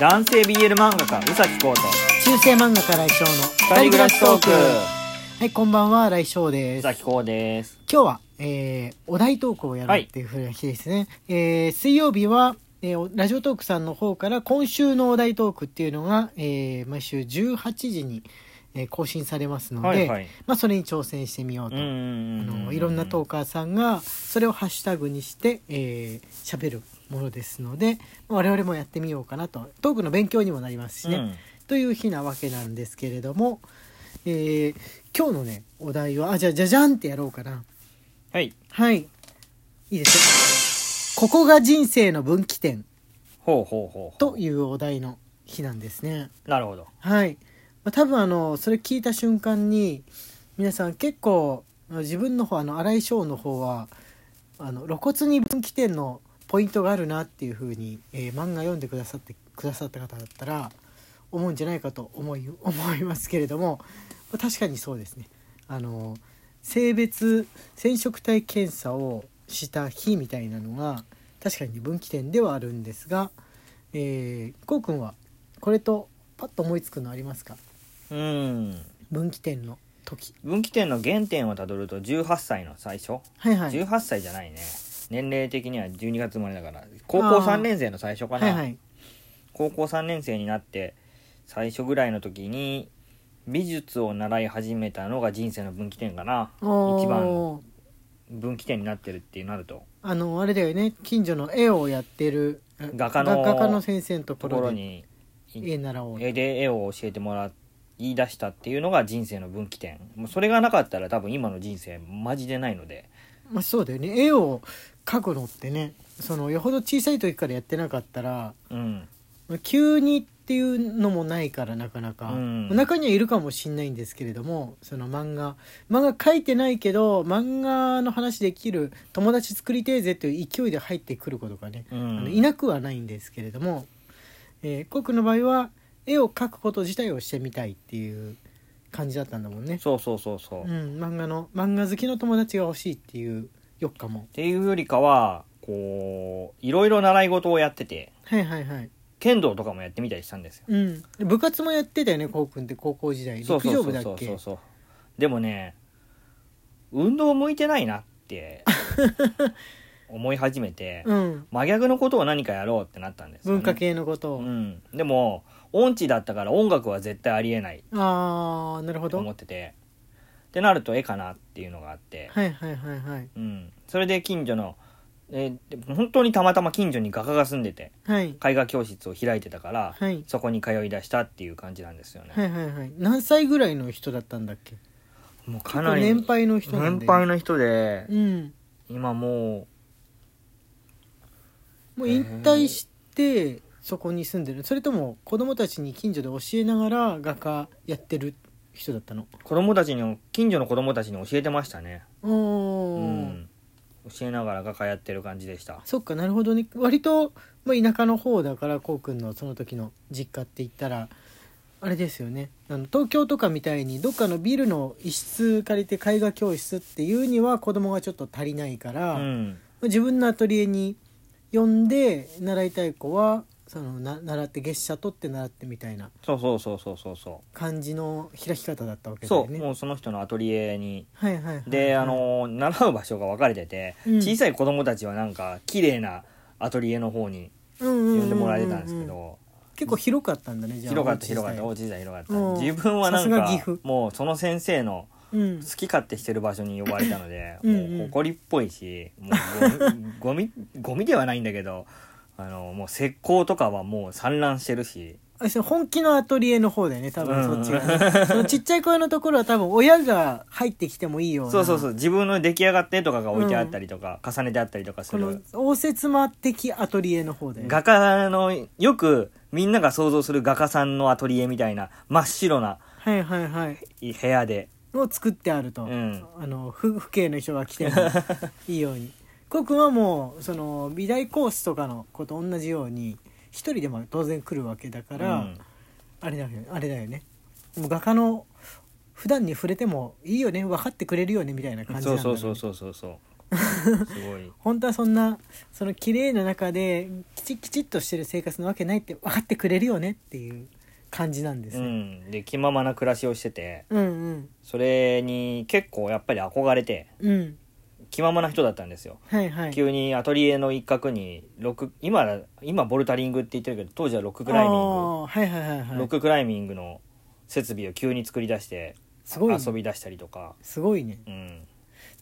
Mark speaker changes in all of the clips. Speaker 1: 男性 BL 漫画家宇崎浩と
Speaker 2: 中世漫画家来翔の
Speaker 1: 二人暮らしトーク
Speaker 2: はいこんばんは来翔で
Speaker 1: 宇
Speaker 2: す今
Speaker 1: 崎浩です
Speaker 2: 日は、えー、お題トークをやるっていうふうな日ですね、えー水曜日は、えーおラジオトークさんの方から今週のお題トークっていうのが、えー毎週18時に、えー更新されますので、
Speaker 1: はいはい
Speaker 2: まあ、それに挑戦してみよう
Speaker 1: う
Speaker 2: と、
Speaker 1: ん
Speaker 2: あ
Speaker 1: うんう
Speaker 2: の
Speaker 1: ん
Speaker 2: いろんなトーカーさんがそれをハッシュタグにしてえー喋るものですので我々もやってみようかなとトークの勉強にもなりますしね、
Speaker 1: うん
Speaker 2: という日なわけなんですけれども、えー今日のねお題はあじゃあじゃじゃんってやろうかな
Speaker 1: はい
Speaker 2: はいいいですよここが人生の分岐点
Speaker 1: ほうほうほうほう
Speaker 2: というお題の日なんですね
Speaker 1: なるほど
Speaker 2: はい、まあ、多分あのそれ聞いた瞬間に皆さん結構自分の方あの荒井翔の方はあの露骨に分岐点のポイントがあるなっていう風に、えー漫画読んでくださってくださった方だったら思うんじゃないかと思い 思いますけれどもまあ確かにそうですねあの性別染色体検査をした日みたいなのが確かに分岐点ではあるんですが、えー、こうくんはこれとパッと思いつくのありますか
Speaker 1: うん
Speaker 2: 分岐点の時
Speaker 1: 分岐点の原点をたどると18歳の最初、
Speaker 2: はいはい
Speaker 1: 18歳じゃないね年齢的には12月生まれだから高校
Speaker 2: あー
Speaker 1: 3年生の最初かな、
Speaker 2: はいはい
Speaker 1: 高校3年生になって最初ぐらいの時に美術を習い始めたのが人生の分岐点かな
Speaker 2: お
Speaker 1: 一番
Speaker 2: ー
Speaker 1: 分岐点になってるってなると
Speaker 2: あのあれだよね近所の絵をやってる
Speaker 1: 画家の
Speaker 2: 画家の先生のとこと
Speaker 1: ころ
Speaker 2: ろで
Speaker 1: に
Speaker 2: 絵習おう
Speaker 1: 絵で絵を教えてもらい出したっていうのが人生の分岐点もうそれがなかったら多分今の人生マジでないので
Speaker 2: まあ、そうだよね絵を描くのってねそのよほど小さい時からやってなかったら
Speaker 1: うん
Speaker 2: 急にっていうのもないからなかなか、
Speaker 1: うん
Speaker 2: 中にはいるかもしんないんですけれどもその漫画漫画描いてないけど漫画の話できる友達作りてえぜという勢いで入ってくることがね、
Speaker 1: うん
Speaker 2: あのいなくはないんですけれども、えー、コックの場合は絵を描くこと自体をしてみたいっていう感じだったんだもんね。
Speaker 1: そうそうそうそう、
Speaker 2: うん
Speaker 1: っ、
Speaker 2: 漫画の漫画好きの友達が欲しいっていう欲かも。
Speaker 1: ていうよりかはこういろいろ習い事をやってて
Speaker 2: はいはいはい。
Speaker 1: 剣道とかもやってみたりしたんですよ
Speaker 2: うん。部活もやってたよね、コウ君って高校時代。
Speaker 1: そう
Speaker 2: 陸
Speaker 1: そう
Speaker 2: 上
Speaker 1: そ
Speaker 2: 部
Speaker 1: う
Speaker 2: だっ
Speaker 1: そう
Speaker 2: け
Speaker 1: そうそうでもね運動向いてないなって 思い始めて、
Speaker 2: うん。
Speaker 1: 真逆のことを何かやろうってなったんですよね、
Speaker 2: 文化系のことを。
Speaker 1: うんでも音痴だったから音楽は絶対ありえない
Speaker 2: ああ、なるほ
Speaker 1: と
Speaker 2: ど。
Speaker 1: 思
Speaker 2: は
Speaker 1: っててってなると絵かなっていうのがあって、
Speaker 2: いはいはいはい。
Speaker 1: うん、それで近所のえーで本当にたまたま近所に画家が住んでて
Speaker 2: はい。
Speaker 1: 絵画教室を開いてたから、
Speaker 2: はい
Speaker 1: そこに通い出したっていう感じなんですよね、
Speaker 2: はいはいはい。何歳ぐらいの人だったんだっけ
Speaker 1: もうかなり
Speaker 2: 結構年配の人なん
Speaker 1: 年
Speaker 2: で。
Speaker 1: 配の人で
Speaker 2: うん。
Speaker 1: 今も
Speaker 2: もう引退して、そこに住んでる。それとも子供たちに近所で教えながら画家やってる人だったの
Speaker 1: う子供たちに近所の子供たちに教えてましたね、
Speaker 2: お
Speaker 1: う
Speaker 2: ー。
Speaker 1: ん、教えながら画家やってる感じでした
Speaker 2: そっかなるほどね割と、まあ、田舎の方だからこうくんのその時の実家って言ったらあれですよねあの東京とかみたいにどっかのビルの一室借りて絵画教室っていうには子供がちょっと足りないから、
Speaker 1: う
Speaker 2: まあ
Speaker 1: ん
Speaker 2: 自分のアトリエに呼んで習いたい子はそのな習って月謝取って習ってみたいな
Speaker 1: そうそうそうそうそうそ
Speaker 2: 感じの開き方だったわ
Speaker 1: う
Speaker 2: けだ
Speaker 1: そ
Speaker 2: よ
Speaker 1: う
Speaker 2: ね。
Speaker 1: もうその人のアトリエに
Speaker 2: はいはいはいはい
Speaker 1: で、あの習う場所が分かれてて、
Speaker 2: うん
Speaker 1: 小さい子供たちはなんか綺麗なアトリエの方に
Speaker 2: 呼
Speaker 1: 呼
Speaker 2: ん
Speaker 1: んでもらえてたんですけど、
Speaker 2: 結構広かったんだねじゃあ
Speaker 1: 広かった
Speaker 2: お家自
Speaker 1: 広かっ
Speaker 2: 体
Speaker 1: たおうち時代広かった、
Speaker 2: うん
Speaker 1: 自分はなん
Speaker 2: さすが岐
Speaker 1: か
Speaker 2: 阜
Speaker 1: もうその先生の
Speaker 2: うん
Speaker 1: 好き勝手してる場所に呼ばれたので
Speaker 2: うんうん
Speaker 1: もう埃っぽいしもうゴミ ゴミゴミではないんだけどあのもう石膏とかはもう散乱してるし
Speaker 2: あそう本気のアトリエの方だよね多分
Speaker 1: う
Speaker 2: そ
Speaker 1: ん
Speaker 2: っちがね、そのちっちゃい声のところは多分親が入ってきてもいいような
Speaker 1: そうそうそうう自分の出来上がった絵とかが置いてあったりとか、重ねてあったりとかす
Speaker 2: この
Speaker 1: る
Speaker 2: 応接間的アトリエの方だよね
Speaker 1: 画家のよくみんなが想像する画家さんのアトリエみたいな真っ白な
Speaker 2: はいはいはい
Speaker 1: 部屋で
Speaker 2: を作ってあると、
Speaker 1: うん
Speaker 2: あのふ父兄の人が来てもいいよ うにコウ君はもうその美大コースとかの子と同じように一人でも当然来るわけだから、
Speaker 1: うん
Speaker 2: あれだよねあれだよねもう画家の普段に触れてもいいよね分かってくれるよねみたいな感じな
Speaker 1: そ
Speaker 2: ん
Speaker 1: う
Speaker 2: だろ
Speaker 1: そううそ
Speaker 2: ね
Speaker 1: うそうそうそう すごい
Speaker 2: 本当はそんなその綺麗な中できちっきちっとしてる生活なわけないって分かってくれるよねっていう感じなんです
Speaker 1: う
Speaker 2: ね、
Speaker 1: んで気ままな暮らしをしてて
Speaker 2: うん、うん
Speaker 1: それに結構やっぱり憧れて
Speaker 2: うん
Speaker 1: 気ままな人だったんですよ
Speaker 2: はいはい
Speaker 1: 急にアトリエの一角に6今今ボルタリングって言ってるけど当時はロッククライミン
Speaker 2: あ
Speaker 1: グ
Speaker 2: ーはいはいはい
Speaker 1: ロッ
Speaker 2: はい
Speaker 1: ククライミングの設備を急に作り出して
Speaker 2: すごいね
Speaker 1: 遊び出したりとか、
Speaker 2: すごいね
Speaker 1: うん、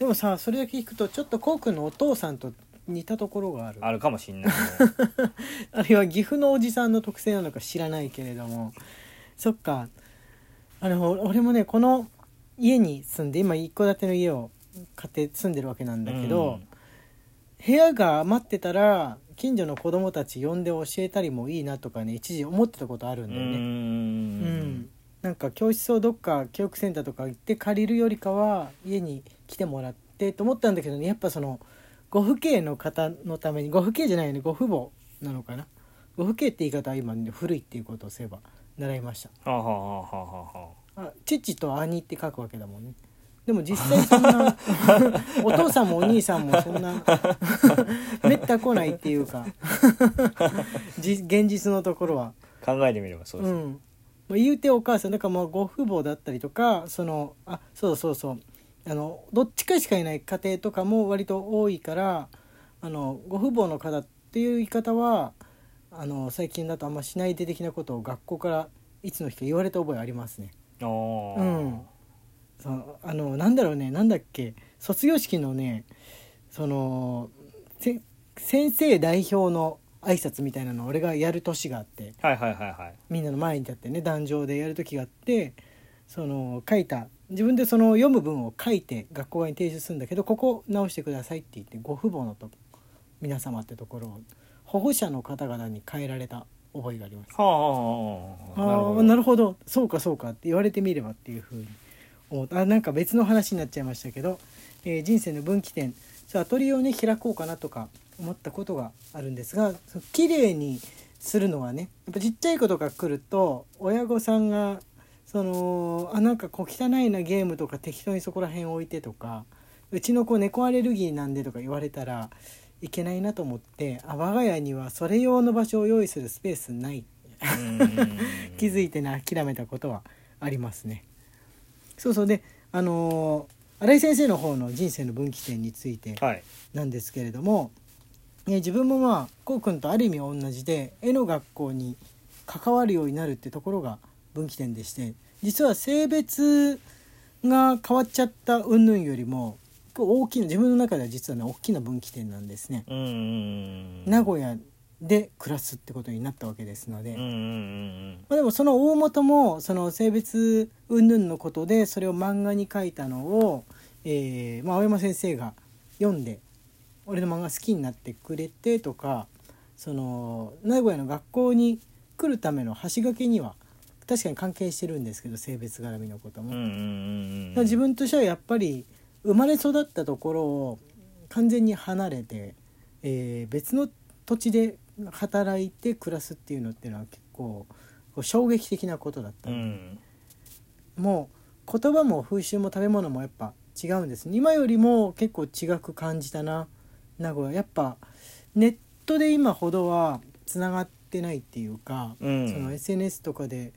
Speaker 2: でもさそれだけ聞くとちょっとこうくんのお父さんと似たところがある
Speaker 1: あるかもしんないけど
Speaker 2: あるいは岐阜のおじさんの特性なのか知らないけれどもそっかあの俺もねこの家に住んで今一戸建ての家を買って住んでるわけなんだけど、部屋が余ってたら近所の子供たち呼んで教えたりもいいなとかね一時思ってたことある
Speaker 1: うんん
Speaker 2: だよね。うん
Speaker 1: うん
Speaker 2: なんか教室をどっか教育センターとか行って借りるよりかは家に来てもらってと思ったんだけどねやっぱそのご父兄の方のためにご父兄じゃないよねご父母なのかなご父兄って言い方は今、ね、古いっていうことをすれば習いました
Speaker 1: はあはあはあはあは
Speaker 2: あ父と兄って書くわけだもんねでも実際そ んなお父さんもお兄さんもそんなめった来ないっていうかじ現実のところは
Speaker 1: あ考えてみればそうで
Speaker 2: う
Speaker 1: す、
Speaker 2: んまあ、言うてお母さんだからまあご父母だったりとかそのあそうそうそうあのどっちかしかいない家庭とかも割と多いからあのご父母の方っていう言い方はあの最近だとあんましないで的なことを学校からいつの日か言われた覚えありますね。
Speaker 1: あー
Speaker 2: うんそのあのなんだろうねなんだっけ卒業式のねそのせ先生代表の挨拶みたいなのを俺がやる年があって。
Speaker 1: はいはいはいはい
Speaker 2: みんなの前に立ってね壇上でやる時があってその書いた自分でその読む文を書いて学校側に提出するんだけどここ直してくださいって言ってご父母のと皆様ってところを保護者の方々に変えられた覚えがあります。
Speaker 1: はあは
Speaker 2: あ
Speaker 1: あはあは
Speaker 2: ー
Speaker 1: あ
Speaker 2: なるほどそうかそうかって言われてみればっていうふうに思ったあなんか別の話になっちゃいましたけど、えー人生の分岐点そうアトリエをね開こうかなとか思ったことがあるんですがそう綺麗にするのはねやっぱちっちゃい子とか来ると親御さんがそのあなんかこう汚いなゲームとか適当にそこら辺置いてとかうちの子猫アレルギーなんでとか言われたらいけないなと思ってあ我が家にはそれ用の場所を用意するスペースない
Speaker 1: うん
Speaker 2: 気づいてね諦めたことはありますね。そうそうであのー新井先生の方の人生の分岐点について
Speaker 1: はい
Speaker 2: なんですけれども、えー自分もまあこうくんとある意味同じで絵の学校に関わるようになるってところが分岐点でして実は性別が変わっちゃった云々よりもこう大きな自分の中では実はね大きな分岐点なんですね。
Speaker 1: うんうんうん
Speaker 2: 名古屋で暮らすってことになったわけですので。
Speaker 1: うんうんうん
Speaker 2: まあ、でもその大元もその性別云々のことでそれを漫画に書いたのを、えーまあ、青山先生が読んで俺の漫画好きになってくれてとかその名古屋の学校に来るための橋掛けには確かに関係してるんですけど性別絡みのこと
Speaker 1: うん
Speaker 2: も。
Speaker 1: うんうんうん
Speaker 2: だから自分としてはやっぱり生まれ育ったところを完全に離れて、えー別の土地で働いて暮らすっていうのっていうのは結構こう衝撃的なことだった
Speaker 1: う
Speaker 2: ので、
Speaker 1: ん
Speaker 2: もう言葉も風習も食べ物もやっぱ違うんです今よりも結構違く感じたな名古屋やっぱネットで今ほどはつながってないっていうか、
Speaker 1: うん
Speaker 2: その SNS とかで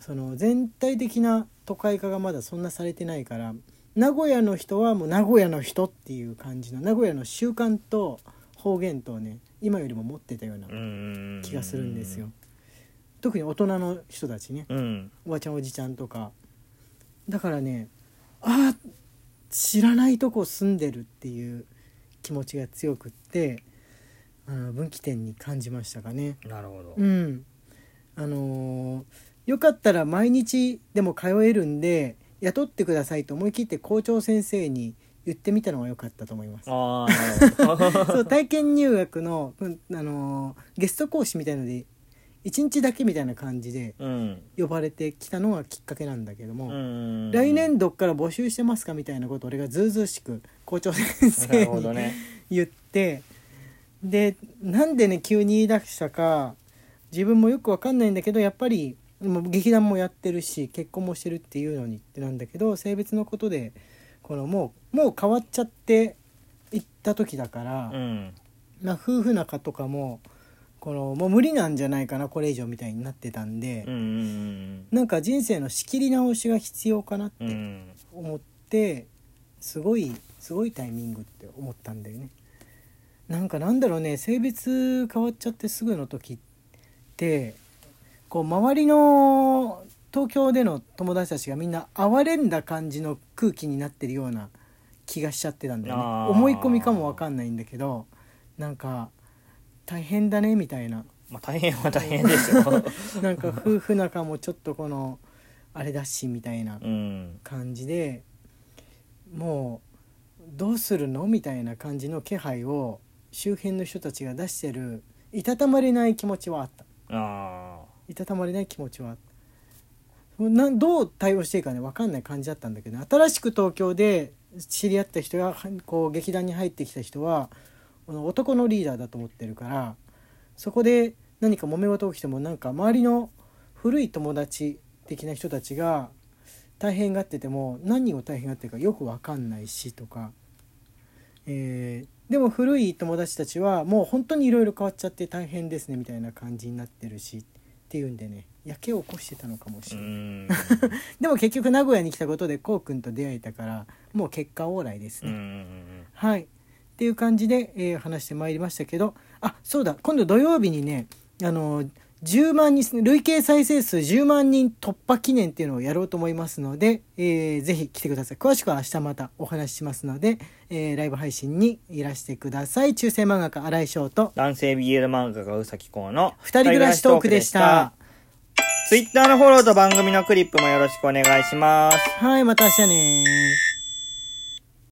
Speaker 2: その全体的な都会化がまだそんなされてないから名古屋の人はもう名古屋の人っていう感じの名古屋の習慣と方言とね今よりも持ってたような
Speaker 1: うんうんうん
Speaker 2: 気がするんですよ。特に大人の人たちね
Speaker 1: うん
Speaker 2: おばちゃんおじちゃんとかだからねあー知らないとこ住んでるっていう気持ちが強くってあの分岐点に感じましたかね
Speaker 1: なるほど
Speaker 2: うんあのーよかったら毎日でも通えるんで雇ってくださいと思い切って校長先生に言ってみたのが良かったと思います
Speaker 1: ああなるほど
Speaker 2: そう体験入学の、うんあのーゲスト講師みたいので1日だけみたいな感じで
Speaker 1: うん
Speaker 2: 呼ばれてきたのがきっかけなんだけども、
Speaker 1: うん
Speaker 2: 来年度から募集してますかみたいなことを俺がずうずうしく校長先
Speaker 1: な
Speaker 2: 生
Speaker 1: るほど
Speaker 2: に
Speaker 1: ね
Speaker 2: 言って、でなんでね急に言い出したか自分もよくわかんないんだけどやっぱりもう劇団もやってるし結婚もしてるっていうのにってなんだけど性別のことでこのもうもう変わっちゃって行った時だから、
Speaker 1: うん
Speaker 2: まあ、夫婦仲とかもこのもう無理なんじゃないかなこれ以上みたいになってたんで、
Speaker 1: うんうん
Speaker 2: なんか人生の仕切り直しが必要かなっ
Speaker 1: うんう
Speaker 2: て
Speaker 1: ん
Speaker 2: 思って、すごいすごいタイミングって思ったんだよね。なんかなんだろうね性別変わっちゃってすぐの時ってこう周りの東京での友達たちがみんな哀れんだ感じの空気になってるような気がしちゃってたんだよね
Speaker 1: あー
Speaker 2: 思い込みかもわかんないんだけどなんか大変だねみたいな
Speaker 1: まあ大変は大変です よ
Speaker 2: なんか夫婦仲もちょっとこのあれだしみたいな
Speaker 1: うん
Speaker 2: 感じでもうどうするのみたいな感じの気配を周辺の人たちが出してるいたたまれない気持ちはあった
Speaker 1: ああ
Speaker 2: いたたまれない気持ちはあったなんどう対応していいかね分かんない感じだったんだけど、ね、新しく東京で知り合った人がこう劇団に入ってきた人はこの男のリーダーだと思ってるからそこで何か揉め事が起きてもなんか周りの古い友達的な人たちが大変がってても何を大変がってるかよく分かんないしとか、えーでも古い友達たちはもう本当にいろいろ変わっちゃって大変ですねみたいな感じになってるしっていうんでねやけを起こしてたのかもし
Speaker 1: う
Speaker 2: れない、
Speaker 1: ん
Speaker 2: でも結局名古屋に来たことでこうくんと出会えたからもう結果オーライです
Speaker 1: うんう
Speaker 2: ね。
Speaker 1: ん
Speaker 2: はい。っていう感じで、えー話してまいりましたけど、あ、そうだ、今度土曜日にね、あのー、10万人、累計再生数10万人突破記念っていうのをやろうと思いますので、えーぜひ来てください。詳しくは明日またお話ししますので、えーライブ配信にいらしてください。中世漫画家、荒井翔と、
Speaker 1: 男性 BL 漫画家宇崎公の
Speaker 2: 二人暮らしトークでした。
Speaker 1: Twitter のフォローと番組のクリップもよろしくお願いします
Speaker 2: はい、また明日ね